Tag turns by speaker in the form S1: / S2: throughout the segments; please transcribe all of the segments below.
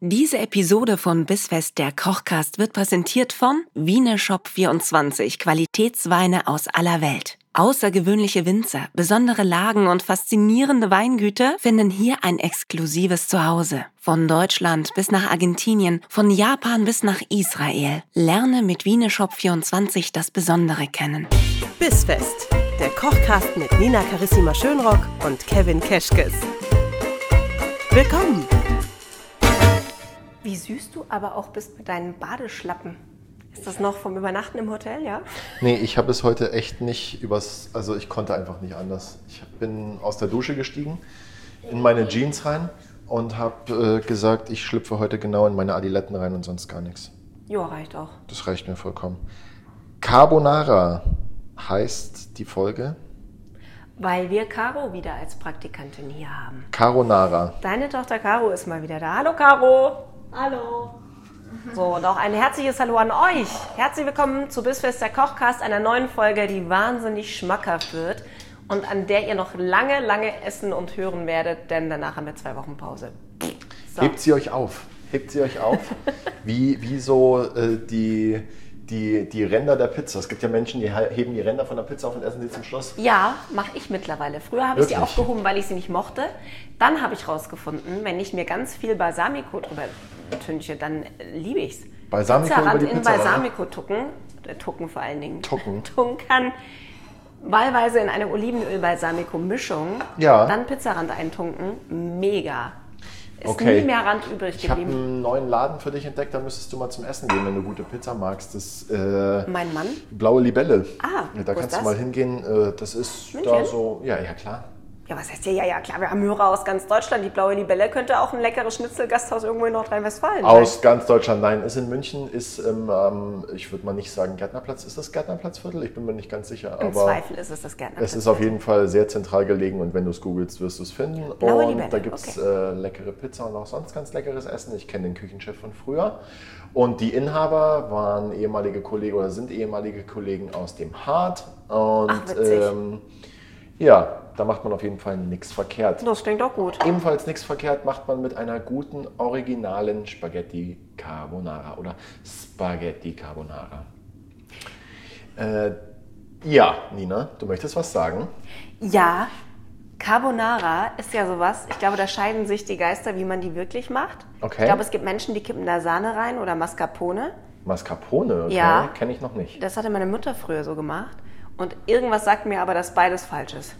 S1: Diese Episode von Bissfest der Kochcast wird präsentiert von Wiener Shop 24, Qualitätsweine aus aller Welt. Außergewöhnliche Winzer, besondere Lagen und faszinierende Weingüter finden hier ein exklusives Zuhause. Von Deutschland bis nach Argentinien, von Japan bis nach Israel. Lerne mit Wiener Shop 24 das Besondere kennen.
S2: Bissfest, der Kochcast mit Nina Carissima Schönrock und Kevin Keschkes. Willkommen!
S3: Wie süß du aber auch bist mit deinen Badeschlappen. Ist das noch vom Übernachten im Hotel, ja?
S4: Nee, ich habe es heute echt nicht übers. Also ich konnte einfach nicht anders. Ich bin aus der Dusche gestiegen, in meine Jeans rein und habe äh, gesagt, ich schlüpfe heute genau in meine Adiletten rein und sonst gar nichts.
S3: Ja, reicht auch.
S4: Das reicht mir vollkommen. Carbonara heißt die Folge.
S3: Weil wir Caro wieder als Praktikantin hier haben.
S4: Carbonara.
S3: Deine Tochter Caro ist mal wieder da. Hallo Caro! Hallo! So, und auch ein herzliches Hallo an euch. Herzlich willkommen zu Bissfest der Kochcast, einer neuen Folge, die wahnsinnig schmackhaft wird und an der ihr noch lange, lange essen und hören werdet, denn danach haben wir zwei Wochen Pause. So.
S4: Hebt sie euch auf. Hebt sie euch auf. wie, wie so äh, die, die, die Ränder der Pizza. Es gibt ja Menschen, die he- heben die Ränder von der Pizza auf und essen sie zum Schluss.
S3: Ja, mache ich mittlerweile. Früher habe ich sie
S4: Wirklich?
S3: aufgehoben, weil ich sie nicht mochte. Dann habe ich rausgefunden, wenn ich mir ganz viel Balsamico drüber tünche, dann äh, liebe ich's.
S4: Balsamico über
S3: Pizzarand
S4: die
S3: in
S4: Pizza, oder?
S3: Balsamico tucken, äh, tucken vor allen Dingen.
S4: Tucken.
S3: Tunkern. Wahlweise in eine Olivenöl-Balsamico-Mischung.
S4: Ja.
S3: Dann Pizzarand eintunken. Mega. Ist
S4: Okay.
S3: nie mehr Rand übrig
S4: Ich habe
S3: geblieben.
S4: einen neuen Laden für dich entdeckt, da müsstest du mal zum Essen gehen, wenn du gute Pizza magst. Das äh,
S3: Mein Mann?
S4: Blaue Libelle.
S3: Ah,
S4: Ja,
S3: wo
S4: da
S3: ist
S4: kannst
S3: das?
S4: du mal hingehen. äh, Das ist da
S3: München?
S4: so. Ja, ja, klar.
S3: Ja, was heißt ja, ja, ja, klar, wir haben Hörer aus ganz Deutschland. Die blaue Libelle könnte auch ein leckeres Schnitzelgasthaus irgendwo in Nordrhein-Westfalen sein.
S4: Aus ganz Deutschland. Nein, ist in München, ist im, ähm, ich würde mal nicht sagen Gärtnerplatz. Ist das Gärtnerplatzviertel? Ich bin mir nicht ganz sicher.
S3: Im
S4: aber
S3: Zweifel ist es das Gärtner.
S4: es ist auf jeden Fall sehr zentral gelegen und wenn du es googelst, wirst du es finden.
S3: Blaue
S4: und
S3: Libelle,
S4: da gibt es
S3: okay.
S4: äh, leckere Pizza und auch sonst ganz leckeres Essen. Ich kenne den Küchenchef von früher. Und die Inhaber waren ehemalige Kollegen oder sind ehemalige Kollegen aus dem Hart. Und
S3: Ach, witzig.
S4: ähm, ja, da macht man auf jeden Fall nichts verkehrt.
S3: Das klingt auch gut.
S4: Ebenfalls nichts verkehrt macht man mit einer guten, originalen Spaghetti Carbonara oder Spaghetti Carbonara. Äh, ja, Nina, du möchtest was sagen?
S3: Ja, Carbonara ist ja sowas. Ich glaube, da scheiden sich die Geister, wie man die wirklich macht.
S4: Okay.
S3: Ich glaube, es gibt Menschen, die kippen da Sahne rein oder Mascarpone.
S4: Mascarpone, okay,
S3: Ja.
S4: kenne ich noch nicht.
S3: Das hatte meine Mutter früher so gemacht. Und irgendwas sagt mir aber, dass beides falsch ist.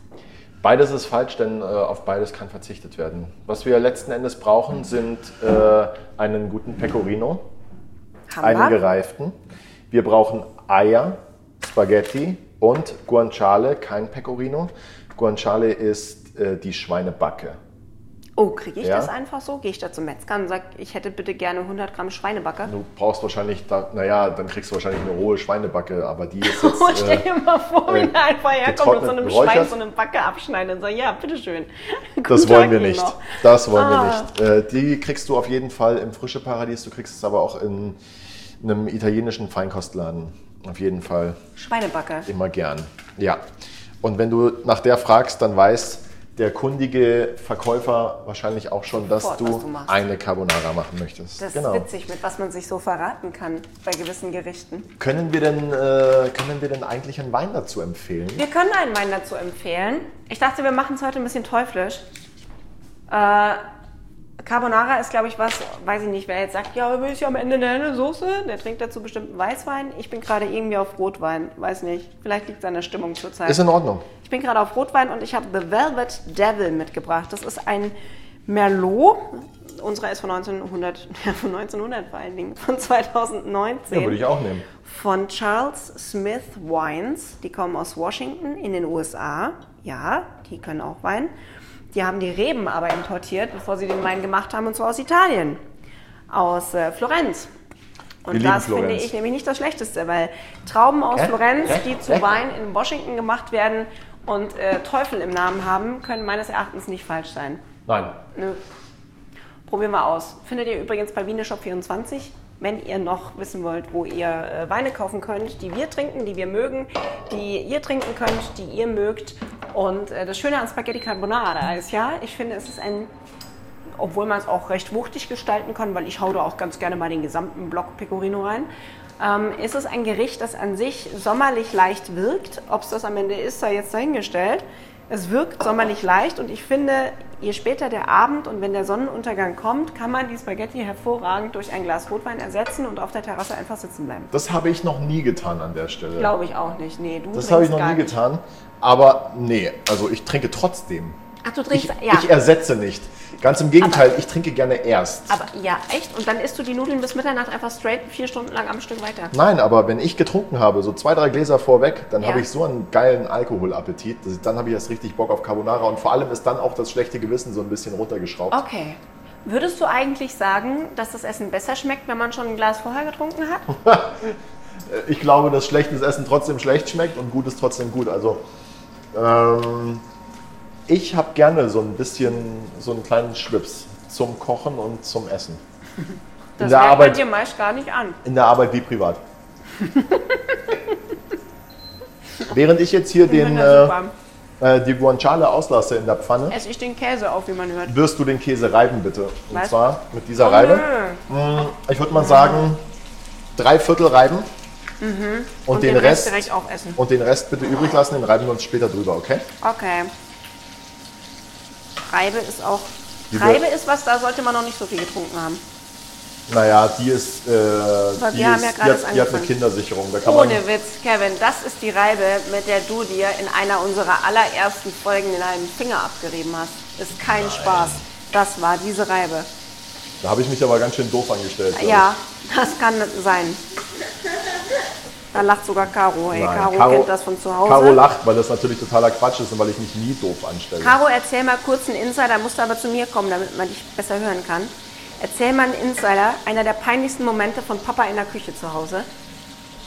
S4: Beides ist falsch, denn äh, auf beides kann verzichtet werden. Was wir letzten Endes brauchen, sind äh, einen guten Pecorino,
S3: Haben
S4: einen
S3: wir?
S4: gereiften. Wir brauchen Eier, Spaghetti und Guanciale, kein Pecorino. Guanciale ist äh, die Schweinebacke.
S3: Oh, kriege ich
S4: Ja.
S3: das einfach so? Gehe ich da zum Metzger und sage, ich hätte bitte gerne 100 Gramm Schweinebacke?
S4: Du brauchst wahrscheinlich, da, naja, dann kriegst du wahrscheinlich eine rohe Schweinebacke, aber die ist jetzt...
S3: Oh, stell dir mal vor, wie
S4: äh,
S3: der einfach herkommt und so einem
S4: getrocknet,
S3: Schwein
S4: geräuchert.
S3: so eine Backe abschneidet und sagt, ja, bitteschön. Guten
S4: Das
S3: Tag
S4: wollen wir
S3: Ihnen
S4: nicht.
S3: noch.
S4: Das wollen
S3: Ah.
S4: wir nicht. Äh, die kriegst du auf jeden Fall im Frische Paradies. Du kriegst es aber auch in einem italienischen Feinkostladen. Auf jeden Fall.
S3: Schweinebacke.
S4: Immer gern. Ja. Und wenn du nach der fragst, dann weiß der kundige Verkäufer wahrscheinlich auch schon, dass
S3: Sofort,
S4: du,
S3: was du machst.
S4: eine Carbonara machen möchtest.
S3: Das
S4: genau.
S3: ist witzig, mit was man sich so verraten kann bei gewissen Gerichten.
S4: Können wir, denn, äh, können wir denn eigentlich einen Wein dazu empfehlen?
S3: Wir können einen Wein dazu empfehlen. Ich dachte, wir machen es heute ein bisschen teuflisch. Äh, Carbonara ist, glaube ich, was, weiß ich nicht, wer jetzt sagt, ja, will ich am Ende eine helle Soße? Der trinkt dazu bestimmt einen Weißwein. Ich bin gerade irgendwie auf Rotwein, weiß nicht. Vielleicht liegt es an der Stimmung zurzeit.
S4: Ist in Ordnung.
S3: Ich bin gerade auf Rotwein und ich habe The Velvet Devil mitgebracht. Das ist ein Merlot. Unsere ist von 1900, ja, von 1900 vor allen Dingen, von 2019.
S4: Ja, würde ich auch nehmen.
S3: Von Charles Smith Wines. Die kommen aus Washington in den USA. Ja, die können auch Wein. Die haben die Reben aber importiert, bevor sie den Wein gemacht haben, und zwar aus Italien. Aus äh, Florenz.
S4: Wir
S3: Und
S4: lieben
S3: das finde
S4: Florenz.
S3: ich nämlich nicht das Schlechteste, weil Trauben aus
S4: Hä?
S3: Florenz,
S4: Hä?
S3: die zu
S4: Hä?
S3: Wein in Washington gemacht werden und äh, Teufel im Namen haben, können meines Erachtens nicht falsch sein.
S4: Nein.
S3: Nö. Probieren wir aus. Findet ihr übrigens bei Wiener Shop 24. Wenn ihr noch wissen wollt, wo ihr äh, Weine kaufen könnt, die wir trinken, die wir mögen, die ihr trinken könnt, die ihr mögt. Und äh, das Schöne an Spaghetti Carbonara ist ja, ich finde, es ist ein obwohl man es auch recht wuchtig gestalten kann, weil ich hau da auch ganz gerne mal den gesamten Block Pecorino rein. Ähm, ist es ein Gericht, das an sich sommerlich leicht wirkt? Ob es das am Ende ist, sei jetzt dahingestellt. Es wirkt sommerlich leicht und ich finde, je später der Abend und wenn der Sonnenuntergang kommt, kann man die Spaghetti hervorragend durch ein Glas Rotwein ersetzen und auf der Terrasse einfach sitzen bleiben.
S4: Das habe ich noch nie getan an der Stelle.
S3: Glaube ich auch nicht. Nee, du
S4: das habe ich
S3: trinkst
S4: noch
S3: gar
S4: nie
S3: nicht.
S4: getan. Aber nee, also ich trinke trotzdem.
S3: Ach, du
S4: Ich,
S3: trinkst, ja.
S4: ich ersetze nicht. Ganz im Gegenteil, ich trinke gerne erst.
S3: aber ja, echt? Und dann isst du die Nudeln bis Mitternacht einfach straight vier Stunden lang am Stück weiter.
S4: Nein, aber wenn ich getrunken habe, so zwei, drei Gläser vorweg, dann
S3: Ja.
S4: habe ich so einen geilen Alkoholappetit. dass ich- Dann habe ich erst richtig Bock auf Carbonara und vor allem ist dann auch das schlechte Gewissen so ein bisschen runtergeschraubt.
S3: Okay. Würdest du eigentlich sagen, dass das Essen besser schmeckt, wenn man schon ein Glas vorher getrunken hat?
S4: Ich glaube, dass schlechtes Essen trotzdem schlecht schmeckt und gutes trotzdem gut. Also ähm, ich habe gerne so ein bisschen, so einen kleinen Schwips zum Kochen und zum Essen.
S3: Das
S4: der
S3: merkt man
S4: Arbeit-
S3: dir meist gar nicht an.
S4: In der Arbeit wie privat. Während ich jetzt hier den,
S3: Ja,
S4: äh,
S3: super.
S4: äh, die Guanciale auslasse in der Pfanne,
S3: Esse ich den Käse auf, wie man hört.
S4: wirst du den Käse reiben, bitte. Und
S3: Was?
S4: zwar mit dieser Reibe.
S3: Mhm.
S4: Mm, Ich würde mal sagen, drei Viertel reiben.
S3: Mhm.
S4: Und, den, Rest,
S3: direkt aufessen.
S4: und den Rest bitte übrig lassen, den reiben wir uns später drüber, okay?
S3: Okay. Reibe ist auch.
S4: Liebe-
S3: Reibe ist was, da sollte man noch nicht so viel getrunken haben.
S4: Naja, die ist, äh,
S3: wir
S4: die,
S3: haben
S4: ist
S3: ja
S4: die,
S3: gerade erst
S4: hat, die hat eine
S3: angefangen.
S4: Kindersicherung. Da kann man,
S3: Ohne Witz, Kevin, das ist die Reibe, mit der du dir in einer unserer allerersten Folgen den halben Finger abgerieben hast. Ist kein Spaß. Das war diese Reibe.
S4: da habe ich mich aber ganz schön doof angestellt. glaub
S3: Ja, das kann sein. Da lacht sogar Caro.
S4: ich.
S3: Ey.
S4: Nein,
S3: Caro, kennt das von zu Hause.
S4: Also, Caro lacht, weil das natürlich totaler Quatsch ist und weil ich mich nie doof anstelle.
S3: Caro, erzähl mal kurz einen Insider, musst du aber zu mir kommen, damit man dich besser hören kann. Erzähl mal einen Insider, einer der peinlichsten Momente von Papa in der Küche zu Hause.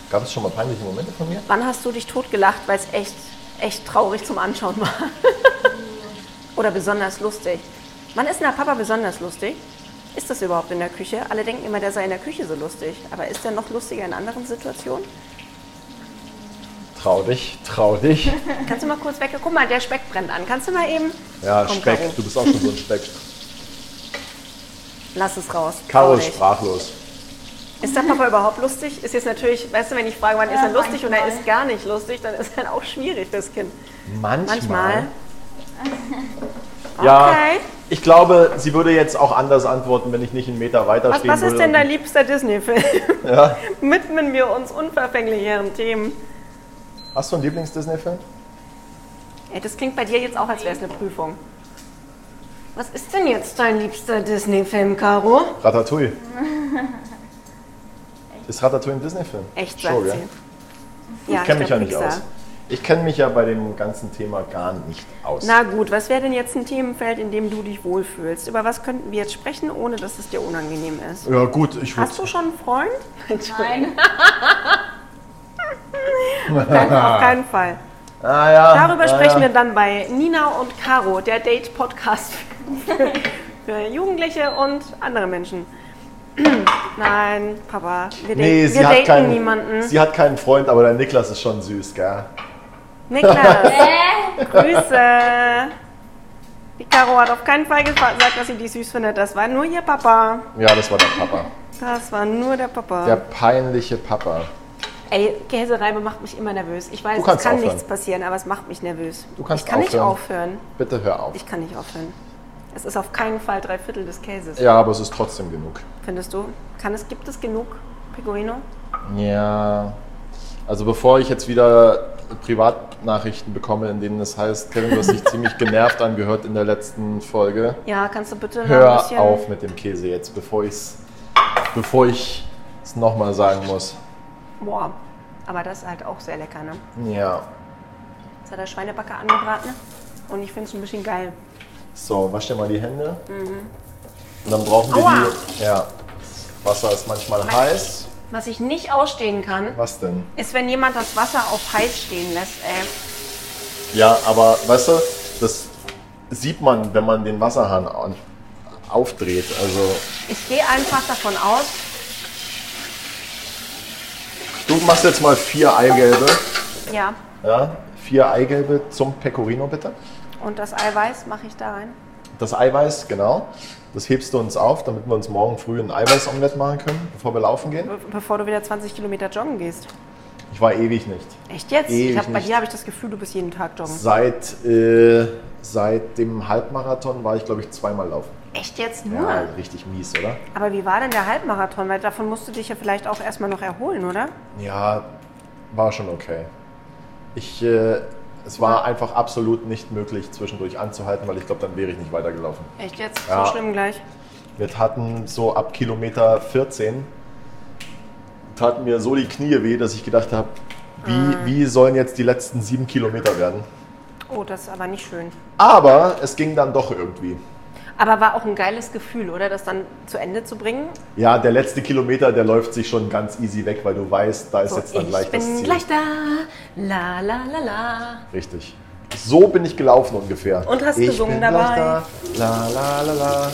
S4: Gab es schon mal peinliche Momente von mir?
S3: Wann hast du dich totgelacht, weil es echt, echt traurig zum Anschauen war? Oder besonders lustig? Wann ist denn der Papa besonders lustig? Ist das überhaupt in der Küche? Alle denken immer, der sei in der Küche so lustig. Aber ist der noch lustiger in anderen Situationen?
S4: Trau dich, trau dich.
S3: Kannst du mal kurz weg? Guck mal, der Speck brennt an. Kannst du mal eben.
S4: Ja,
S3: Komm,
S4: Speck,
S3: Caro.
S4: du bist auch schon so ein Speck.
S3: Lass es raus.
S4: Caro ist
S3: Traurig.
S4: sprachlos.
S3: Ist der Papa überhaupt lustig? Ist jetzt natürlich, weißt du, wenn ich frage, wann ist er lustig und er ist gar nicht lustig, dann ist er auch schwierig fürs Kind. Manchmal.
S4: Ja,
S3: Okay.
S4: ich glaube, sie würde jetzt auch anders antworten, wenn ich nicht einen Meter weiter
S3: Was,
S4: stehen
S3: was
S4: würde.
S3: ist denn dein
S4: und-
S3: liebster Disney-Film? Widmen wir uns unverfänglicheren Themen.
S4: Hast du einen Lieblings-Disney-Film?
S3: Ey, das klingt bei dir jetzt auch, als wäre es eine Prüfung. Was ist denn jetzt dein liebster Disney-Film, Caro?
S4: Ratatouille. ist Ratatouille ein Disney-Film?
S3: Echt, sagt
S4: Schon, gell?
S3: sie. Ja,
S4: Ich kenne mich ja
S3: glaub,
S4: nicht
S3: Pixar.
S4: aus. Ich kenne mich ja bei dem ganzen Thema gar nicht aus.
S3: Na gut, was wäre denn jetzt ein Themenfeld, in dem du dich wohlfühlst? Über was könnten wir jetzt sprechen, ohne dass es dir unangenehm ist?
S4: ja gut, ich würde
S3: Hast du schon einen Freund? Nein. auf keinen Fall.
S4: Ah, ja,
S3: Darüber
S4: ah,
S3: sprechen
S4: ja.
S3: wir dann bei Nina und Caro, der Date-Podcast für- für Jugendliche und andere Menschen. Nein, Papa, wir,
S4: Nee,
S3: daten-
S4: sie,
S3: wir
S4: hat
S3: daten
S4: keinen,
S3: niemanden.
S4: sie hat keinen Freund, aber der Niklas ist schon süß, gell?
S3: Niklas, Grüße. Die Caro hat auf keinen Fall gesagt, dass sie die süß findet. Das war nur ihr Papa.
S4: Ja, das war der Papa.
S3: Das war nur der Papa.
S4: Der peinliche Papa.
S3: Ey, Käsereibe macht mich immer nervös. Ich weiß,
S4: Du
S3: es kann
S4: kannst aufhören.
S3: nichts passieren, aber es macht mich nervös.
S4: Du kannst
S3: ich kann nicht
S4: aufhören.
S3: aufhören.
S4: Bitte hör auf.
S3: Ich kann nicht aufhören. Es ist auf keinen Fall drei Viertel des Käses,
S4: Ja, aber es ist trotzdem genug.
S3: findest du? Kann es, gibt es genug Pecorino?
S4: Ja. Also bevor ich jetzt wieder Privatnachrichten bekomme, in denen es heißt, Kevin, du hast dich ziemlich genervt angehört in der letzten Folge.
S3: Ja, kannst du bitte noch ein
S4: Hör
S3: bisschen...
S4: auf mit dem Käse jetzt, bevor ich's, bevor ich es nochmal sagen muss.
S3: Boah, aber das ist halt auch sehr lecker, ne?
S4: Ja.
S3: Jetzt hat der Schweinebacker angebraten und ich finde es ein bisschen geil.
S4: So, wasch dir mal die Hände. Und dann brauchen wir
S3: Mhm. Aua.
S4: die. Ja. Wasser ist manchmal heiß.
S3: Was ich nicht ausstehen kann,
S4: Was denn?
S3: ist, wenn jemand das Wasser auf heiß stehen lässt, ey.
S4: Ja, aber weißt du, das sieht man, wenn man den Wasserhahn an, aufdreht. Also
S3: Ich gehe einfach davon aus,
S4: du machst jetzt mal vier Eigelbe.
S3: ja,
S4: Ja, vier Eigelbe zum Pecorino bitte.
S3: und das Eiweiß mache ich da rein.
S4: Das Eiweiß, genau. Das hebst du uns auf, damit wir uns morgen früh ein Eiweißomelett machen können, bevor wir laufen gehen.
S3: Be- Bevor du wieder 20 Kilometer joggen gehst.
S4: Ich war ewig nicht.
S3: Echt jetzt?
S4: Ewig
S3: ich hab, bei
S4: nicht.
S3: dir habe ich das Gefühl, du bist jeden Tag joggen.
S4: Seit, äh, seit dem Halbmarathon war ich, glaube ich, zweimal laufen.
S3: Echt jetzt
S4: Ja,
S3: nur?
S4: richtig mies, oder?
S3: Aber wie war denn der Halbmarathon? Weil davon musst du dich ja vielleicht auch erstmal noch erholen, oder?
S4: Ja, war schon okay. Ich, äh, es war einfach absolut nicht möglich, zwischendurch anzuhalten, weil ich glaube, dann wäre ich nicht weitergelaufen.
S3: Echt jetzt?
S4: Ja.
S3: So schlimm gleich.
S4: Wir taten so ab Kilometer 14, taten mir so die Knie weh, dass ich gedacht habe, wie,
S3: Ah.
S4: wie sollen jetzt die letzten sieben Kilometer werden?
S3: Oh, das ist aber nicht schön.
S4: Aber es ging dann doch irgendwie.
S3: Aber war auch ein geiles Gefühl, oder? Das dann zu Ende zu bringen.
S4: Ja, der letzte Kilometer, der läuft sich schon ganz easy weg, weil du weißt, da ist
S3: So,
S4: jetzt dann
S3: ich
S4: gleich das
S3: bin
S4: Ziel.
S3: gleich da. La la la la.
S4: Richtig. So bin ich gelaufen ungefähr.
S3: Und hast
S4: ich
S3: gesungen
S4: bin gleich
S3: dabei.
S4: Da. La la la la.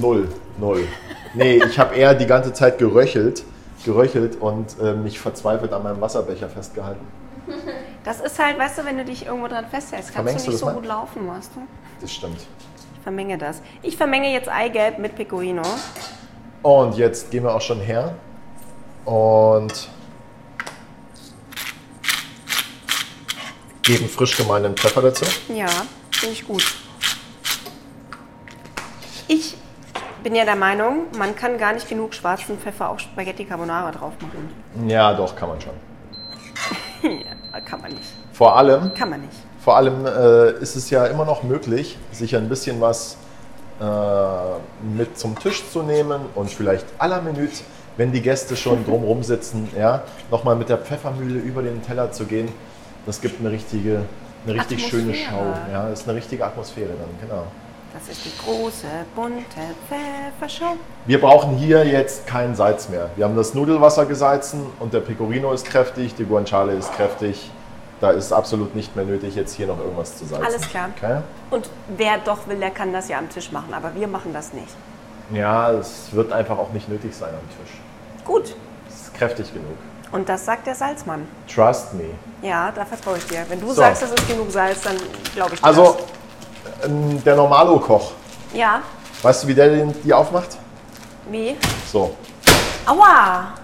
S4: Null, null. Nee, ich habe eher die ganze Zeit geröchelt, geröchelt und äh, mich verzweifelt an meinem Wasserbecher festgehalten.
S3: Das ist halt, weißt du, wenn du dich irgendwo dran festhältst, kannst
S4: Vermengst
S3: du
S4: du
S3: nicht
S4: das
S3: so
S4: mal?
S3: gut laufen, weißt du?
S4: Das stimmt.
S3: Ich vermenge das. Ich vermenge jetzt Eigelb mit Pecorino.
S4: Und jetzt gehen wir auch schon her und geben frisch gemahlenen Pfeffer dazu.
S3: Ja, finde ich gut. Ich bin ja der Meinung, man kann gar nicht genug schwarzen Pfeffer auf Spaghetti Carbonara drauf machen.
S4: Ja, doch, kann man schon.
S3: ja, kann man nicht.
S4: Vor allem,
S3: Kann man nicht.
S4: Vor allem äh, ist es ja immer noch möglich, sich ein bisschen was äh, mit zum Tisch zu nehmen und vielleicht à la Minute, wenn die Gäste schon drumrum sitzen, ja, nochmal mit der Pfeffermühle über den Teller zu gehen. Das gibt eine richtige, eine richtig schöne Schau.
S3: Atmosphäre.
S4: Ja, das ist eine richtige Atmosphäre dann, genau.
S3: Das ist die große, bunte Pfeffershow.
S4: Wir brauchen hier jetzt kein Salz mehr. Wir haben das Nudelwasser gesalzen und der Pecorino ist kräftig, die Guanciale ist kräftig. Da ist absolut nicht mehr nötig, jetzt hier noch irgendwas zu salzen.
S3: Alles klar.
S4: Okay?
S3: Und wer doch will, der kann das ja am Tisch machen, aber wir machen das nicht.
S4: Ja, es wird einfach auch nicht nötig sein am Tisch.
S3: Gut.
S4: Es ist kräftig genug.
S3: Und das sagt der Salzmann.
S4: Trust me.
S3: Ja, da vertraue ich dir. Wenn du
S4: So.
S3: sagst, es ist genug Salz, dann glaube ich dir
S4: Also, ähm, der Normalo-Koch,
S3: das. Ja,
S4: weißt du, wie der den, die aufmacht?
S3: wie?
S4: So.
S3: Aua!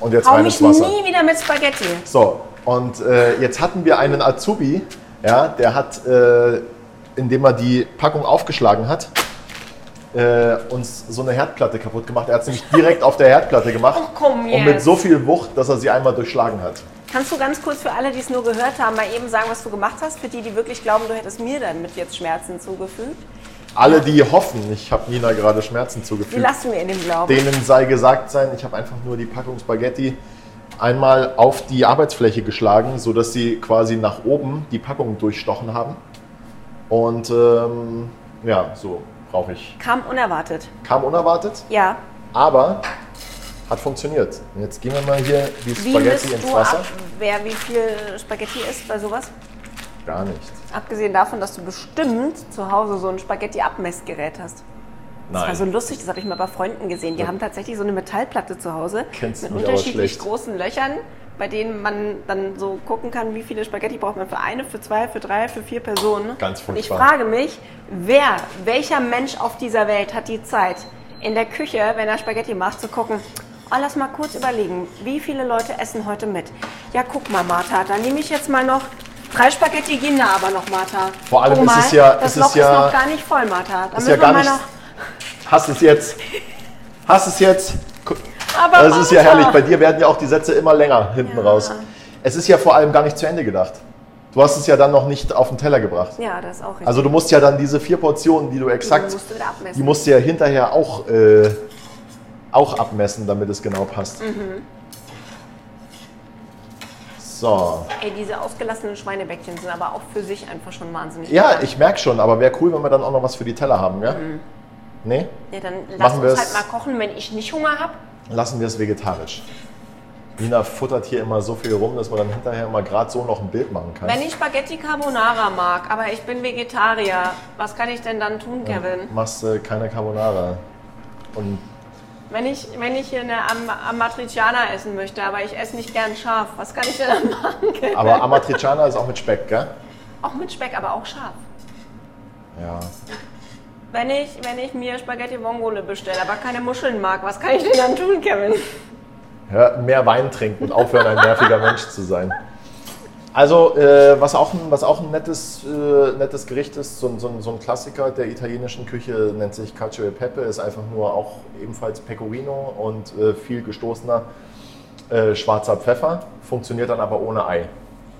S4: Und jetzt
S3: Hau
S4: rein
S3: mich
S4: ins Wasser.
S3: nie wieder mit Spaghetti.
S4: So. Und äh, jetzt hatten wir einen Azubi, ja, der hat, äh, indem er die Packung aufgeschlagen hat, äh, uns so eine Herdplatte kaputt gemacht. Er hat es nämlich direkt auf der Herdplatte gemacht.
S3: Ach, Oh, komm
S4: Und mit
S3: jetzt.
S4: so viel Wucht, dass er sie einmal durchschlagen hat.
S3: Kannst du ganz kurz für alle, die es nur gehört haben, mal eben sagen, was du gemacht hast? Für die, die wirklich glauben, du hättest mir damit jetzt Schmerzen zugefügt.
S4: Alle, die hoffen, ich habe Nina gerade Schmerzen
S3: Die
S4: zugefügt.
S3: lassen wir in dem Glauben.
S4: Denen sei gesagt sein, ich habe einfach nur die Packung Spaghetti einmal auf die Arbeitsfläche geschlagen, sodass sie quasi nach oben die Packung durchstochen haben. Und ähm, ja, so brauche ich.
S3: Kam unerwartet.
S4: Kam unerwartet,
S3: Ja.
S4: aber hat funktioniert. Und jetzt gehen wir mal hier die
S3: Wie
S4: Spaghetti
S3: misst
S4: ins
S3: du
S4: Wasser.
S3: ab, wer wie viel Spaghetti isst bei sowas?
S4: Gar nicht.
S3: Abgesehen davon, dass du bestimmt zu Hause so ein Spaghetti-Abmessgerät hast. Das war so lustig, das habe ich mal bei Freunden gesehen. Die haben tatsächlich so eine Metallplatte zu Hause
S4: Kennst
S3: mit
S4: mich aber
S3: unterschiedlich
S4: schlecht.
S3: großen Löchern, bei denen man dann so gucken kann, wie viele Spaghetti braucht man für eine, für zwei, für drei, für vier Personen.
S4: Ganz
S3: Und ich
S4: furchtbar.
S3: frage mich, wer, welcher Mensch auf dieser Welt hat die Zeit, in der Küche, wenn er Spaghetti macht, zu gucken, oh, lass mal kurz überlegen, wie viele Leute essen heute mit? Ja, guck mal, Martha, dann nehme ich jetzt mal noch... Drei Spaghetti gehen da aber noch, Martha.
S4: Vor allem
S3: Guck
S4: ist
S3: mal,
S4: es ja-
S3: Das
S4: es ist
S3: Loch ist,
S4: ja-
S3: noch gar nicht voll, Martha. Da
S4: Ist
S3: müssen
S4: ja gar
S3: wir mal
S4: nicht.
S3: noch...
S4: Hast es jetzt. Hast es jetzt. Gu-
S3: Aber
S4: Das ist ja herrlich. Bei dir werden ja auch die Sätze immer länger hinten raus. Es ist ja vor allem gar nicht zu Ende gedacht. Du hast es ja dann noch nicht auf den Teller gebracht.
S3: Ja, das ist auch richtig.
S4: Also du musst ja dann diese vier Portionen, die du exakt,
S3: Die musst du wieder abmessen.
S4: die musst du ja hinterher auch, äh, auch abmessen, damit es genau passt.
S3: Mhm.
S4: So.
S3: Ey, diese ausgelassenen Schweinebäckchen sind aber auch für sich einfach schon wahnsinnig.
S4: Ja,
S3: lecker.
S4: ich merke schon, aber wäre cool, wenn wir dann auch noch was für die Teller haben, gell?
S3: Mhm.
S4: Nee?
S3: Ja, dann lass
S4: machen wir
S3: uns halt
S4: es-
S3: mal kochen, wenn ich nicht Hunger habe.
S4: Lassen wir es vegetarisch. Nina futtert hier immer so viel rum, dass man dann hinterher immer gerade so noch ein Bild machen kann.
S3: Wenn ich Spaghetti Carbonara mag, aber ich bin Vegetarier, was kann ich denn dann tun, Kevin?
S4: machst du keine Carbonara. Und
S3: Wenn ich, wenn ich hier eine Am Amatriciana essen möchte, aber ich esse nicht gern scharf, was kann ich denn dann machen, Kevin?
S4: Aber Amatriciana ist auch mit Speck, gell?
S3: Auch mit Speck, aber auch scharf.
S4: Ja.
S3: Wenn ich, wenn ich mir Spaghetti Vongole bestelle, aber keine Muscheln mag, was kann ich denn dann tun, Kevin?
S4: Hör, mehr Wein trinken und aufhören, ein nerviger Mensch zu sein. Also, äh, was, auch ein, was auch ein nettes, äh, nettes Gericht ist, so, ein- so, ein- so ein Klassiker der italienischen Küche, nennt sich Cacio e Pepe, ist einfach nur auch ebenfalls Pecorino und äh, viel gestoßener äh, schwarzer Pfeffer, funktioniert dann aber ohne Ei.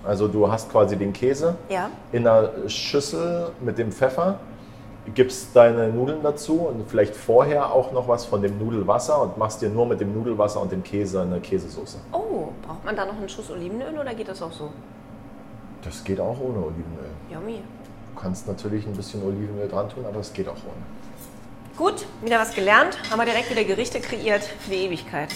S4: Also, du hast quasi den Käse
S3: Ja.
S4: in einer Schüssel mit dem Pfeffer, gibst deine Nudeln dazu und vielleicht vorher auch noch was von dem Nudelwasser und machst dir nur mit dem Nudelwasser und dem Käse eine Käsesoße.
S3: Oh, braucht man da noch einen Schuss Olivenöl oder geht das auch so?
S4: Das geht auch ohne Olivenöl.
S3: Yummy.
S4: Du kannst natürlich ein bisschen Olivenöl dran tun, aber es geht auch ohne.
S3: Gut, wieder was gelernt. Haben wir direkt wieder Gerichte kreiert für die Ewigkeit.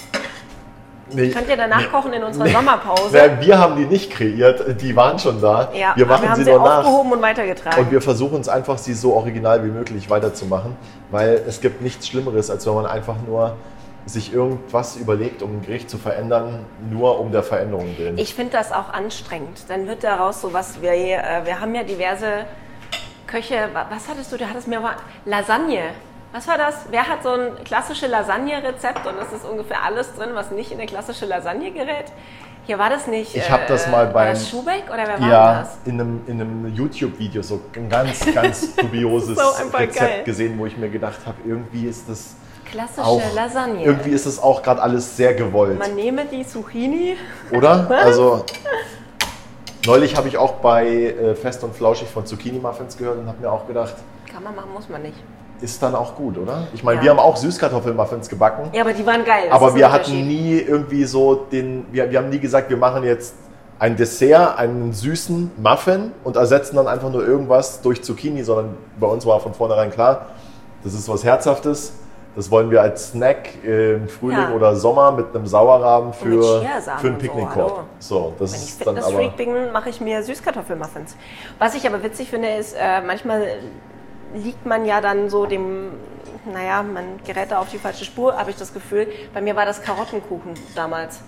S4: Nee,
S3: Könnt ihr danach kochen in unserer Sommerpause?
S4: na, wir haben die nicht kreiert, die waren schon da.
S3: Ja,
S4: wir
S3: aber
S4: machen
S3: wir haben
S4: sie
S3: sie
S4: nur nach.
S3: aufgehoben und weitergetragen.
S4: Und wir versuchen es einfach, sie so original wie möglich weiterzumachen, weil es gibt nichts Schlimmeres, als wenn man einfach nur sich irgendwas überlegt, um ein Gericht zu verändern, nur um der Veränderung willen.
S3: Ich finde das auch anstrengend. Dann wird daraus so was, wir, äh, wir haben ja diverse Köche. Wa- Was hattest du? Du hattest mir mal Lasagne. Was war das? Wer hat so ein klassisches Lasagne-Rezept und es ist ungefähr alles drin, was nicht in eine klassische Lasagne gerät? Hier war das nicht.
S4: Ich hab das mal
S3: War
S4: beim-
S3: das Schubeck oder wer war
S4: ja,
S3: das?
S4: in einem, in einem YouTube-Video so ein ganz, ganz dubioses
S3: Das ist auch einfach
S4: Rezept
S3: geil.
S4: gesehen, wo ich mir gedacht habe, irgendwie ist das
S3: Klassische
S4: auch,
S3: Lasagne.
S4: irgendwie ist es auch gerade alles sehr gewollt,
S3: Man nehme die Zucchini.
S4: oder? Also neulich habe ich auch bei äh, Fest und Flauschig von Zucchini Muffins gehört und habe mir auch gedacht,
S3: Kann man machen, muss man nicht.
S4: ist dann auch gut, oder? Ich meine,
S3: Ja.
S4: wir haben auch Süßkartoffelmuffins gebacken,
S3: Ja, aber die waren geil. Das ist
S4: aber
S3: ein
S4: wir hatten
S3: Unterschied.
S4: nie irgendwie so den, wir, wir haben nie gesagt, wir machen jetzt ein Dessert, einen süßen Muffin und ersetzen dann einfach nur irgendwas durch Zucchini, sondern bei uns war von vornherein klar, das ist was Herzhaftes. Das wollen wir als Snack im Frühling
S3: Ja.
S4: oder Sommer mit einem Sauerrahmen
S3: mit
S4: für,
S3: Chiasamen
S4: für einen
S3: und so,
S4: Picknickkorb.
S3: hallo.
S4: So, das
S3: Wenn ich
S4: ist dann aber.
S3: Fitness-Freak bin, mache ich mir Süßkartoffelmuffins. Was ich aber witzig finde, ist, äh, manchmal liegt man ja dann so dem, naja, man gerät da auf die falsche Spur, habe ich das Gefühl. Bei mir war das Karottenkuchen damals.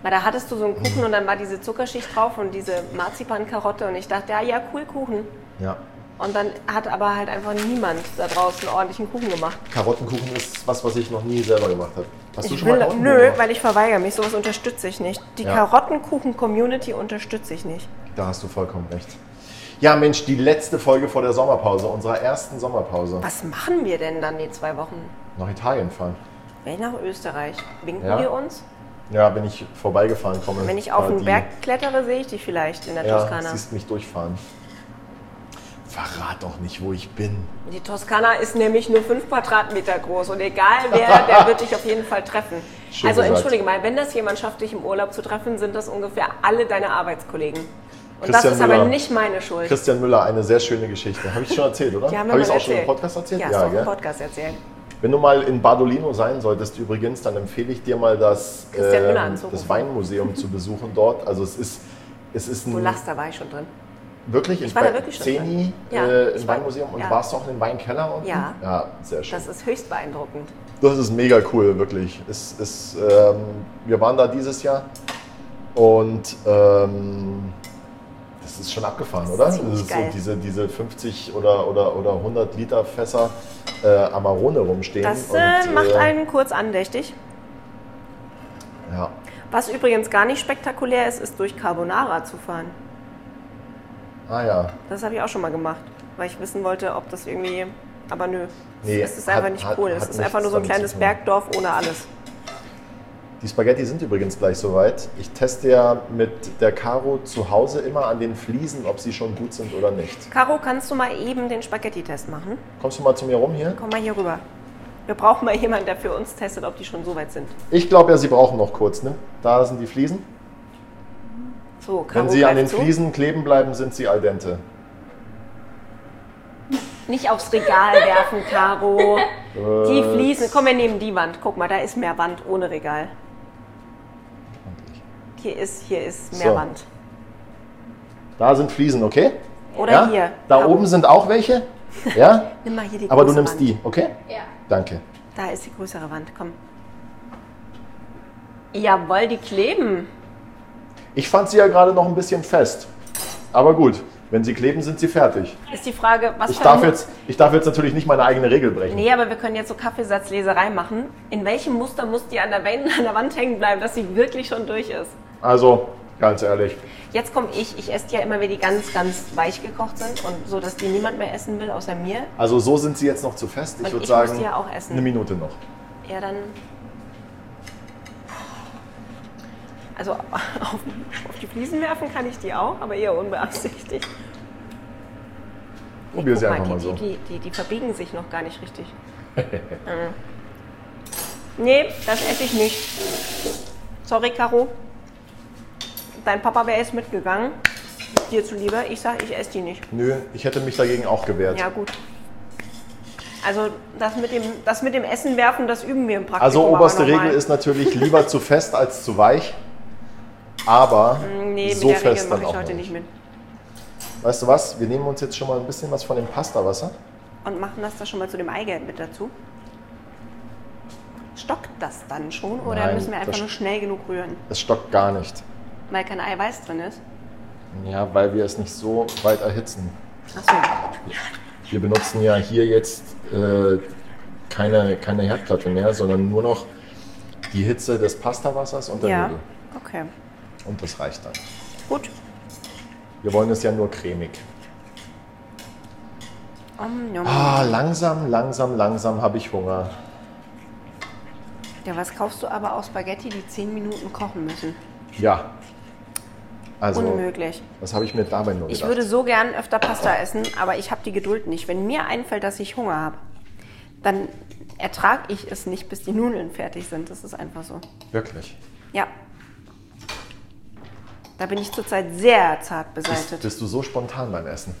S3: Weil da hattest du so einen Kuchen und dann war diese Zuckerschicht drauf und diese Marzipankarotte und ich dachte, ja, ja, cool Kuchen.
S4: Ja.
S3: Und dann hat aber halt einfach niemand da draußen einen ordentlichen Kuchen gemacht.
S4: Karottenkuchen ist was, was ich noch nie selber gemacht habe. Hast du
S3: Ich
S4: schon mal
S3: will,
S4: Karottenkuchen
S3: nö,
S4: gemacht?
S3: weil ich verweigere mich, sowas unterstütze ich nicht. Die
S4: Ja.
S3: Karottenkuchen-Community unterstütze ich nicht.
S4: Da hast du vollkommen recht. Ja, Mensch, die letzte Folge vor der Sommerpause, unserer ersten Sommerpause.
S3: Was machen wir denn dann die zwei Wochen?
S4: Nach Italien fahren.
S3: Wenn ich nach Österreich, winken
S4: Ja.
S3: wir uns?
S4: Ja, wenn ich vorbeigefahren komme.
S3: Wenn ich auf
S4: war
S3: den
S4: die-
S3: Berg klettere, sehe ich dich vielleicht in der
S4: Ja,
S3: Toskana.
S4: siehst mich durchfahren. Verrat doch nicht, wo ich bin.
S3: Die Toskana ist nämlich nur 5 Quadratmeter groß und egal wer, der wird dich auf jeden Fall treffen.
S4: Schön
S3: also
S4: gesagt.
S3: entschuldige mal, wenn das jemand schafft, dich im Urlaub zu treffen, sind das ungefähr alle deine Arbeitskollegen. Und das
S4: Christian
S3: ist aber
S4: Müller.
S3: nicht meine Schuld.
S4: Christian Müller, eine sehr schöne Geschichte. Habe ich schon erzählt, oder?
S3: Die haben wir
S4: Habe ich
S3: mal
S4: auch schon
S3: erzählt.
S4: im Podcast erzählt?
S3: Ja, hast du auch
S4: gell?
S3: im Podcast erzählt.
S4: Wenn du mal in Badolino sein solltest, übrigens, dann empfehle ich dir mal das, ähm,
S3: Christian Müller anzurufen.
S4: das Weinmuseum zu besuchen dort. Also es ist, es ist ein
S3: Du lachst, da war ich schon drin.
S4: wirklich ich
S3: war da wirklich schon
S4: Zeni
S3: drin. Ja,
S4: äh,
S3: ich
S4: im
S3: war-
S4: Weinmuseum und
S3: ja.
S4: warst du auch in dem Weinkeller unten?
S3: Ja.
S4: Ja, sehr schön.
S3: Das ist höchst beeindruckend.
S4: Das ist mega cool, wirklich. Es, es, ähm, wir waren da dieses Jahr und ähm, das ist schon abgefahren, oder?
S3: ziemlich
S4: Das ist so
S3: geil.
S4: diese, diese 50 oder, oder, oder 100 Liter Fässer äh, Amarone rumstehen.
S3: Das
S4: und,
S3: äh, macht
S4: äh,
S3: einen kurz andächtig.
S4: Ja.
S3: Was übrigens gar nicht spektakulär ist, ist durch Carbonara zu fahren.
S4: Ah ja.
S3: Das habe ich auch schon mal gemacht, weil ich wissen wollte, ob das irgendwie. Aber nö.
S4: Nee,
S3: es ist
S4: hat-
S3: einfach nicht
S4: hat-
S3: cool.
S4: hat
S3: es ist
S4: nichts
S3: einfach nur so ein
S4: damit zu
S3: kleines
S4: tun.
S3: Bergdorf ohne alles.
S4: Die Spaghetti sind übrigens gleich soweit. Ich teste ja mit der Caro zu Hause immer an den Fliesen, ob sie schon gut sind oder nicht.
S3: Caro, kannst du mal eben den Spaghetti-Test machen?
S4: Kommst du mal zu mir rum hier?
S3: Komm mal hier rüber. Wir brauchen mal jemanden, der für uns testet, ob die schon so weit sind.
S4: Ich glaube ja, sie brauchen noch kurz. Ne? Da sind die Fliesen.
S3: So, Caro,
S4: Wenn sie an den
S3: greift zu.
S4: Fliesen kleben bleiben, sind sie al dente.
S3: Nicht aufs Regal werfen,
S4: Äh,
S3: Caro. Die Fliesen. Komm, wir nehmen die Wand. Guck mal, da ist mehr Wand ohne Regal. Hier ist, hier ist mehr
S4: So.
S3: Wand.
S4: Da sind Fliesen, okay?
S3: Oder
S4: ja?
S3: hier.
S4: Da
S3: Caro,
S4: oben sind auch welche? Ja?
S3: Nimm mal hier die
S4: Aber du
S3: große
S4: nimmst
S3: Wand.
S4: die, okay?
S5: Ja.
S4: Danke.
S3: Da ist die größere Wand, komm. Jawohl, die kleben.
S4: Ich fand sie ja gerade noch ein bisschen fest. Aber gut, Wenn sie kleben, sind sie fertig.
S3: Ist die Frage, was
S4: Ich
S3: für
S4: darf,
S3: ein-
S4: jetzt, ich darf jetzt natürlich nicht meine eigene Regel brechen.
S3: Nee, aber wir können jetzt so Kaffeesatzleserei machen. In welchem Muster muss die an der, Wand, an der Wand hängen bleiben, dass sie wirklich schon durch ist?
S4: Also, ganz ehrlich,
S3: Jetzt komme ich. Ich esse die ja immer, wenn die ganz, ganz weich gekocht sind und so, dass die niemand mehr essen will, außer mir.
S4: also so sind sie jetzt noch zu fest.
S3: Und
S4: Ich würde
S3: ich muss
S4: sagen,
S3: die ja auch essen.
S4: eine Minute noch.
S3: Ja, dann. Also auf, auf die Fliesen werfen kann ich die auch, aber eher unbeabsichtigt.
S4: Probier sie
S3: Guck mal,
S4: einfach mal
S3: die,
S4: so.
S3: Die, die, die verbiegen sich noch gar nicht richtig. Mhm. nee, das esse ich nicht. Sorry, Caro. Dein Papa wäre jetzt mitgegangen. Dir zuliebe. Ich sag, ich esse die nicht.
S4: Nö, ich hätte mich dagegen auch gewehrt.
S3: Ja, gut. Also das mit dem, das mit dem Essen werfen, das üben wir im Praktikum.
S4: also
S3: aber
S4: oberste
S3: nochmal.
S4: Regel ist natürlich lieber zu fest als zu weich. Aber
S3: Mm, Nee, mit
S4: so
S3: der Regel
S4: fest
S3: mache
S4: dann
S3: ich
S4: auch
S3: heute
S4: nicht.
S3: nicht mit.
S4: Weißt du was? Wir nehmen uns jetzt schon mal ein bisschen was von dem Pastawasser.
S3: Und machen das da schon mal zu dem Eigelb mit dazu. Stockt das dann schon oder
S4: Nein,
S3: müssen wir einfach
S4: das-
S3: nur schnell genug rühren,
S4: Es stockt gar nicht.
S3: weil kein Eiweiß drin ist?
S4: Ja, weil wir es nicht so weit erhitzen.
S3: Achso.
S4: Wir benutzen ja hier jetzt äh, keine, keine Herdplatte mehr, sondern nur noch die Hitze des Pastawassers und der
S3: Ja.
S4: Nudeln.
S3: Okay.
S4: Und das reicht dann.
S3: Gut.
S4: Wir wollen es ja nur cremig.
S3: Om, nom.
S4: Ah, langsam, langsam, langsam habe ich Hunger.
S3: Ja, was kaufst du aber aus Spaghetti, die 10 Minuten kochen müssen?
S4: Ja. Also, Oh
S3: Unmöglich.
S4: was habe ich mir dabei nur
S3: Ich
S4: gedacht?
S3: würde so gern öfter Pasta essen, aber ich habe die Geduld nicht. Wenn mir einfällt, dass ich Hunger habe, dann ertrage ich es nicht, bis die Nudeln fertig sind. Das ist einfach so.
S4: Wirklich.
S3: Ja. Da bin ich zurzeit sehr zart
S4: Bist,
S3: beseitet.
S4: bist du so spontan beim Essen?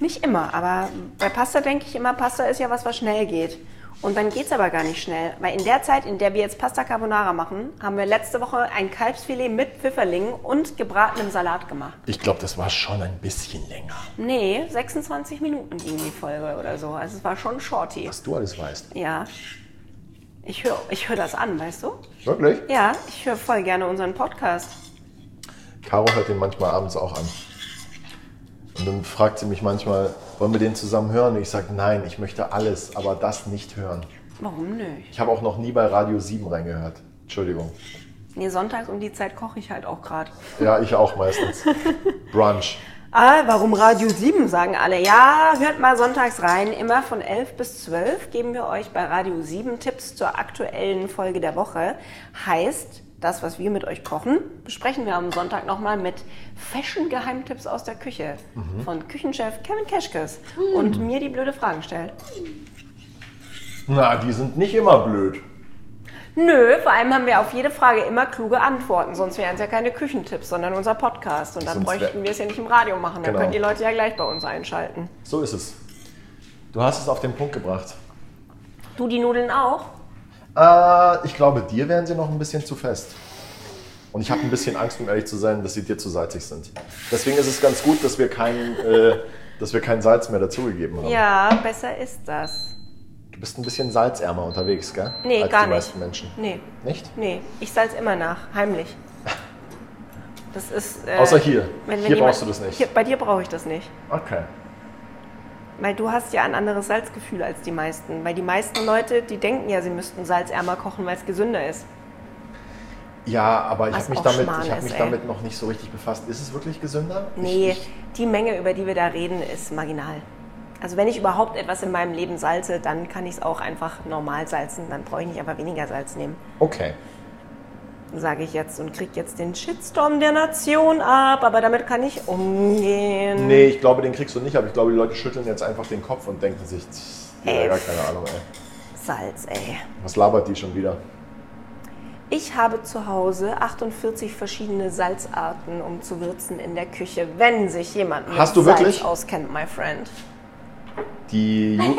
S3: Nicht immer, aber bei Pasta denke ich immer, Pasta ist ja was, was schnell geht. Und dann geht es aber gar nicht schnell. Weil in der Zeit, in der wir jetzt Pasta Carbonara machen, haben wir letzte Woche ein Kalbsfilet mit Pfifferlingen und gebratenem Salat gemacht.
S4: Ich glaube, das war schon ein bisschen länger.
S3: Nee, 26 Minuten ging die Folge oder so. Also es war schon shorty.
S4: Was du alles weißt.
S3: Ja. Ich höre ich hör das an, weißt du?
S4: Wirklich?
S3: Ja, ich höre voll gerne unseren Podcast.
S4: Caro hört den manchmal abends auch an. Und dann fragt sie mich manchmal, wollen wir den zusammen hören? Und ich sage, nein, ich möchte alles, aber das nicht hören.
S3: Warum nicht?
S4: Ich habe auch noch nie bei Radio 7 reingehört. Entschuldigung.
S3: Nee, sonntags um die Zeit koche ich halt auch gerade.
S4: Ja, ich auch meistens. Brunch.
S3: Ah, warum Radio 7, sagen alle. Ja, hört mal sonntags rein. Immer von 11 bis 12 geben wir euch bei Radio 7 Tipps zur aktuellen Folge der Woche. Heißt, das, was wir mit euch kochen, besprechen wir am Sonntag nochmal mit Fashion-Geheimtipps aus der Küche von Küchenchef Kevin Keschkes und mir die blöde Fragen stellt.
S4: Na, die sind nicht immer blöd.
S3: Nö, vor allem haben wir auf jede Frage immer kluge Antworten, sonst wären es ja keine Küchentipps, sondern unser Podcast. Und dann
S4: Sonst wär-
S3: bräuchten wir es ja nicht im Radio machen, dann
S4: Genau.
S3: können die Leute ja gleich bei uns einschalten.
S4: So ist es. Du hast es auf den Punkt gebracht.
S3: Du die Nudeln auch?
S4: Äh, ich glaube, dir wären sie noch ein bisschen zu fest. Und ich habe ein bisschen Angst, um ehrlich zu sein, dass sie dir zu salzig sind. Deswegen ist es ganz gut, dass wir kein, äh, dass wir kein Salz mehr dazugegeben haben.
S3: Ja, besser ist das.
S4: Du bist ein bisschen salzärmer unterwegs, gell?
S3: Nee,
S4: Als
S3: gar
S4: die
S3: nicht.
S4: meisten Menschen.
S3: Nee,
S4: Nicht?
S3: nee, ich salz immer nach, heimlich. Das ist. äh,
S4: Außer hier.
S3: wenn- wenn
S4: Hier
S3: jemand-
S4: brauchst du das nicht.
S3: Hier, bei dir brauche ich das nicht.
S4: Okay.
S3: Weil du hast ja ein anderes Salzgefühl als die meisten. Weil die meisten Leute, die denken ja, sie müssten salzärmer kochen, weil es gesünder ist.
S4: Ja, aber ich
S3: Was
S4: habe mich,
S3: auch
S4: damit,
S3: Schmarrn
S4: ich hab
S3: ist,
S4: mich
S3: ey.
S4: damit noch nicht so richtig befasst. Ist es wirklich gesünder?
S3: Nee,
S4: Ich, ich,
S3: die Menge, über die wir da reden, ist marginal. Also wenn ich überhaupt etwas in meinem Leben salze, dann kann ich es auch einfach normal salzen. Dann brauche ich nicht einfach weniger Salz nehmen,
S4: okay.
S3: sage ich jetzt und kriege jetzt den Shitstorm der Nation ab. Aber damit kann ich umgehen.
S4: Nee, ich glaube, den kriegst du nicht, aber ich glaube, die Leute schütteln jetzt einfach den Kopf und denken sich, tss, die
S3: Ey.
S4: hat gar keine Ahnung, ey.
S3: Salz, ey.
S4: Was labert die schon wieder?
S3: Ich habe zu Hause 48 verschiedene Salzarten, um zu würzen in der Küche, wenn sich jemand mit
S4: Hast du
S3: Salz
S4: wirklich?
S3: auskennt, my friend.
S4: Die Ju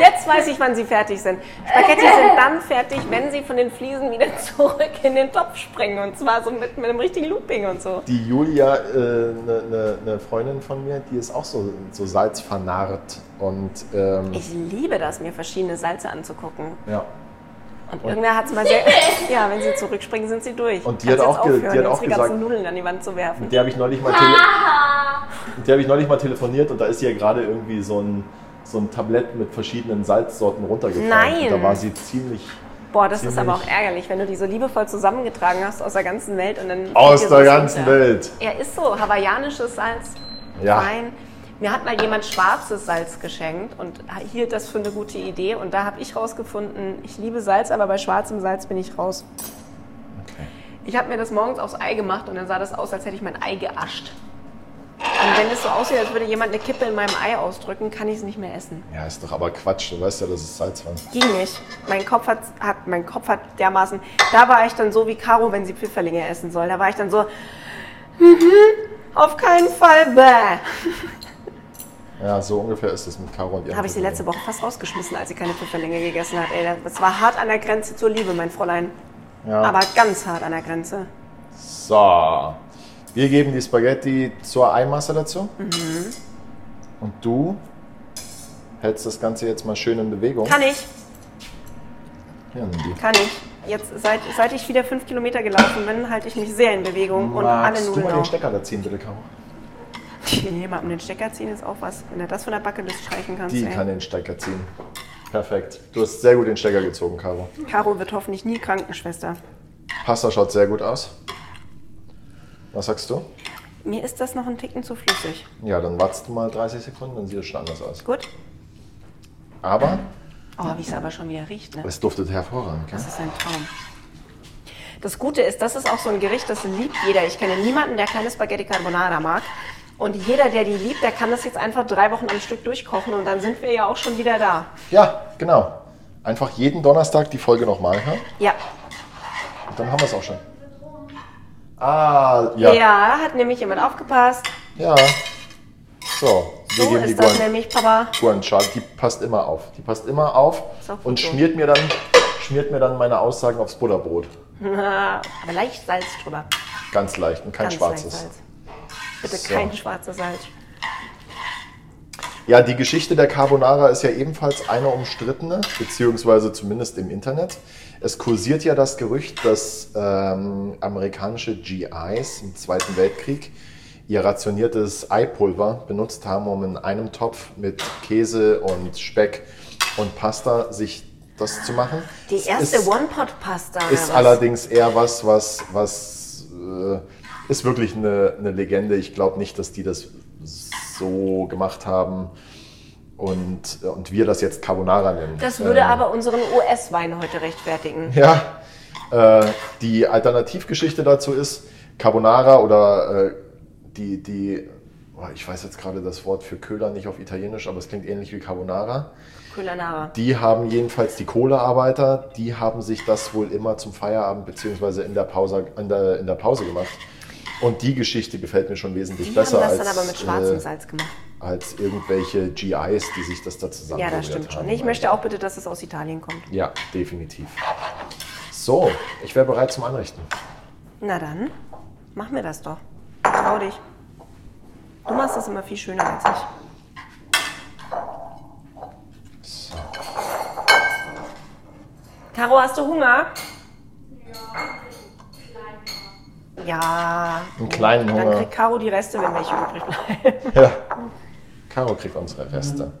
S3: Jetzt weiß ich, wann sie fertig sind. Spaghetti sind dann fertig, wenn sie von den Fliesen wieder zurück in den Topf springen. Und zwar so mit, mit einem richtigen Looping und so.
S4: Die Julia, eine äh, ne- ne- ne Freundin von mir, die ist auch so, so salzvernarrt. Und ähm,
S3: Ich liebe das, mir verschiedene Salze anzugucken.
S4: ja.
S3: Und irgendwer hat es mal sehr. Ja, wenn sie zurückspringen, sind sie durch.
S4: Und die
S3: Kannst
S4: hat
S3: jetzt
S4: auch ge- die
S3: aufhören,
S4: hat
S3: uns
S4: auch
S3: die
S4: gesagt-
S3: ganzen Nudeln an die Wand zu werfen.
S4: mit der habe ich neulich mal, tele Mit der habe ich neulich mal telefoniert und da ist ihr gerade irgendwie so ein, so ein Tablett mit verschiedenen Salzsorten runtergefallen.
S3: Nein.
S4: Und da war sie ziemlich
S3: Boah, das ist
S4: Ziemlich.
S3: aber auch ärgerlich, wenn du die so liebevoll zusammengetragen hast aus der ganzen Welt und dann.
S4: aus
S3: fällt dir
S4: der
S3: sowas
S4: ganzen
S3: runter.
S4: Welt.
S3: Ja, ist so. Hawaiianisches Salz.
S4: Ja.
S3: Fein. Mir hat mal jemand schwarzes Salz geschenkt und hielt das für eine gute Idee. Und da habe ich rausgefunden, ich liebe Salz, aber bei schwarzem Salz bin ich raus. Ich habe mir das morgens aufs Ei gemacht und dann sah das aus, als hätte ich mein Ei geascht. Und wenn es so aussieht, als würde jemand eine Kippe in meinem Ei ausdrücken, kann ich es nicht mehr essen.
S4: Ja, ist doch aber Quatsch. Du weißt ja, dass es Salz war.
S3: Ging nicht. Mein Kopf hat, hat, mein Kopf hat dermaßen. Da war ich dann so wie Caro, wenn sie Pfifferlinge essen soll. Da war ich dann so. Mhm, auf keinen Fall. Bäh.
S4: Ja, so ungefähr ist es mit Caro und ihrem
S3: Habe ich sie
S4: Problem.
S3: letzte Woche fast rausgeschmissen, als sie keine Pfifferlinge gegessen hat. Ey, das war hart an der Grenze zur Liebe, mein Fräulein.
S4: Ja.
S3: Aber ganz hart an der Grenze.
S4: So, wir geben die Spaghetti zur Eimasse dazu.
S3: Mhm.
S4: Und du hältst das Ganze jetzt mal schön in Bewegung.
S3: Kann ich,
S4: Hier haben die.
S3: kann ich. Jetzt, seit, seit ich wieder fünf Kilometer gelaufen bin, halte ich mich sehr in Bewegung und alle
S4: Magst du
S3: Nudeln
S4: mal den
S3: auch.
S4: Stecker da ziehen, bitte, Caro?
S3: Jemandem um den Stecker ziehen ist auch was. Wenn er das von der Backe bis streichen kannst,
S4: Die
S3: ey.
S4: kann den Stecker ziehen. Perfekt. Du hast sehr gut den Stecker gezogen, Caro.
S3: Caro wird hoffentlich nie Krankenschwester.
S4: Pasta schaut sehr gut aus. Was sagst du?
S3: Mir ist das noch ein Ticken zu flüssig.
S4: Ja, dann wartest du mal 30 Sekunden, dann sieht es schon anders aus.
S3: Gut.
S4: Aber
S3: Oh, wie es aber schon wieder riecht, ne?
S4: es duftet hervorragend. Gell?
S3: Das ist ein Traum. Das Gute ist, das ist auch so ein Gericht, das liebt jeder. Ich kenne niemanden, der keine Spaghetti Carbonara mag. Und jeder, der die liebt, der kann das jetzt einfach drei Wochen am Stück durchkochen und dann sind wir ja auch schon wieder da.
S4: Ja, genau. Einfach jeden Donnerstag die Folge nochmal hören.
S3: Ja.
S4: Und dann haben wir es auch schon. Ah,
S3: ja.
S4: ja.
S3: hat nämlich jemand aufgepasst.
S4: Ja. So, wir
S3: So
S4: geben die
S3: ist das
S4: Guan-
S3: nämlich, Papa.
S4: Guanciale. Die passt immer auf. Die passt immer auf
S3: Ist auch gut
S4: und
S3: so.
S4: schmiert mir, dann, schmiert mir dann meine Aussagen aufs Butterbrot.
S3: Na, Aber leicht Salz drüber.
S4: Ganz leicht und kein
S3: Ganz
S4: schwarzes.
S3: leicht Salz. Bitte
S4: So.
S3: kein schwarzes Salz.
S4: Ja, die Geschichte der Carbonara ist ja ebenfalls eine umstrittene, beziehungsweise zumindest im Internet. Es kursiert ja das Gerücht, dass ähm, amerikanische GIs im Zweiten Weltkrieg ihr rationiertes Eipulver benutzt haben, um in einem Topf mit Käse und Speck und Pasta sich das zu machen.
S3: Die
S4: Es
S3: erste
S4: ist-
S3: One-Pot-Pasta. oder
S4: ist
S3: was?
S4: allerdings eher was, was, was äh, ist wirklich eine, eine Legende. Ich glaube nicht, dass die das so gemacht haben und, und wir das jetzt Carbonara nennen.
S3: Das würde
S4: Ähm,
S3: aber unseren US-Wein heute rechtfertigen.
S4: Ja, äh, die Alternativgeschichte dazu ist Carbonara oder äh, die, die, boah, ich weiß jetzt gerade das Wort für Köder nicht auf Italienisch, aber es klingt ähnlich wie Carbonara.
S3: Culinara.
S4: Die haben jedenfalls die Kohlearbeiter, die haben sich das wohl immer zum Feierabend beziehungsweise in der Pause, in der, in der Pause gemacht. Und die Geschichte gefällt mir schon wesentlich
S3: Die
S4: besser
S3: haben das
S4: als,
S3: dann aber mit schwarzem
S4: äh,
S3: Salz gemacht.
S4: als irgendwelche GIs, die sich das da zusammen
S3: Ja, das stimmt schon. Ich möchte auch bitte, dass es aus Italien kommt.
S4: Ja, definitiv. So, ich wäre bereit zum Anrichten.
S3: Na dann, machen wir das doch. Trau dich. Du machst das immer viel schöner als ich. Caro, hast du Hunger? Ja.
S4: Einen kleinen
S3: Dann
S4: Hunger.
S3: kriegt Caro die Reste, wenn welche übrig bleiben.
S4: Ja. Caro kriegt unsere Reste.
S3: Mhm.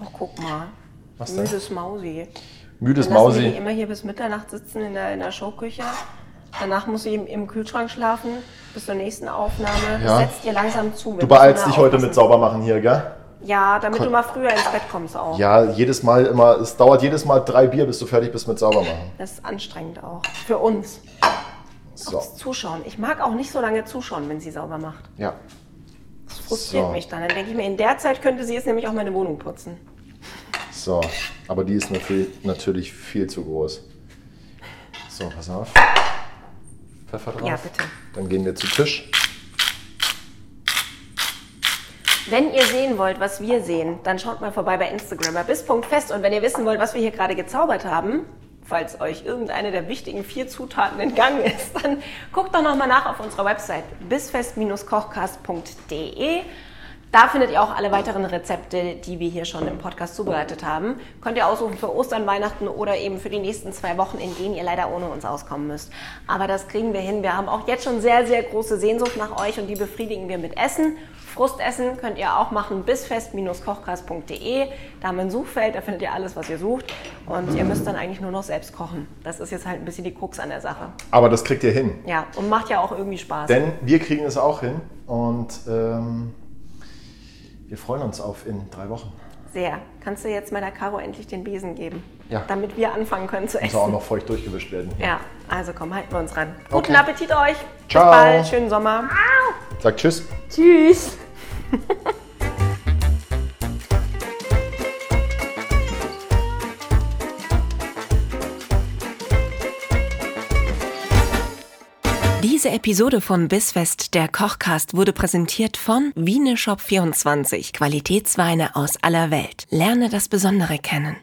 S3: Oh, guck mal.
S4: Was denn?
S3: Müdes Mausi.
S4: Müdes
S3: Dann lassen wir die
S4: Mausi.
S3: immer hier bis Mitternacht sitzen in der, in der Showküche. Danach muss sie im, im Kühlschrank schlafen bis zur nächsten Aufnahme.
S4: Ja.
S3: Setzt ihr langsam zu.
S4: Du beeilst dich heute mit Saubermachen hier, gell?
S3: Ja, damit du
S4: Kon-
S3: mal früher ins Bett kommst auch.
S4: Ja, jedes Mal immer, es dauert jedes Mal drei Bier, bis du fertig bist mit Saubermachen.
S3: Das ist anstrengend auch. Für uns.
S4: So,
S3: Das Zuschauen. Ich mag auch nicht so lange zuschauen, wenn sie sauber macht.
S4: ja.
S3: Das frustriert
S4: So.
S3: mich dann. Dann denke ich mir, in der Zeit könnte sie jetzt nämlich auch meine Wohnung putzen.
S4: So, aber die ist natürlich, natürlich viel zu groß. So, pass auf. Pfeffer drauf.
S3: Ja, bitte.
S4: Dann gehen wir zu Tisch.
S3: Wenn ihr sehen wollt, was wir sehen, dann schaut mal vorbei bei Instagram bei bis.fest. Und wenn ihr wissen wollt, was wir hier gerade gezaubert haben, falls euch irgendeine der wichtigen vier Zutaten entgangen ist, dann guckt doch nochmal nach auf unserer Website bisfest-kochcast.de. Da findet ihr auch alle weiteren Rezepte, die wir hier schon im Podcast zubereitet haben. Könnt ihr aussuchen für Ostern, Weihnachten oder eben für die nächsten zwei Wochen, in denen ihr leider ohne uns auskommen müsst. Aber das kriegen wir hin. Wir haben auch jetzt schon sehr, sehr große Sehnsucht nach euch und die befriedigen wir mit Essen. Frustessen könnt ihr auch machen bisfest-kochkast.de. Da haben wir ein Suchfeld, da findet ihr alles, was ihr sucht. Und ihr müsst dann eigentlich nur noch selbst kochen. Das ist jetzt halt ein bisschen die Krux an der Sache.
S4: Aber das kriegt ihr hin.
S3: Ja, und macht ja auch irgendwie Spaß.
S4: Denn wir kriegen es auch hin und ähm, wir freuen uns auf in drei Wochen.
S3: Sehr. Kannst du jetzt meiner Caro endlich den Besen geben?
S4: Ja.
S3: Damit wir anfangen können zu
S4: Muss auch
S3: essen.
S4: noch feucht durchgewischt werden. hier.
S3: Ja, also komm, halten wir uns ran. Guten
S4: Okay.
S3: Appetit euch.
S4: Ciao.
S3: Bis bald. Schönen Sommer.
S4: Sagt Tschüss.
S5: Tschüss.
S1: Diese Episode von Bissfest, der Kochcast, wurde präsentiert von Wieneshop24, Qualitätsweine aus aller Welt. Lerne das Besondere kennen.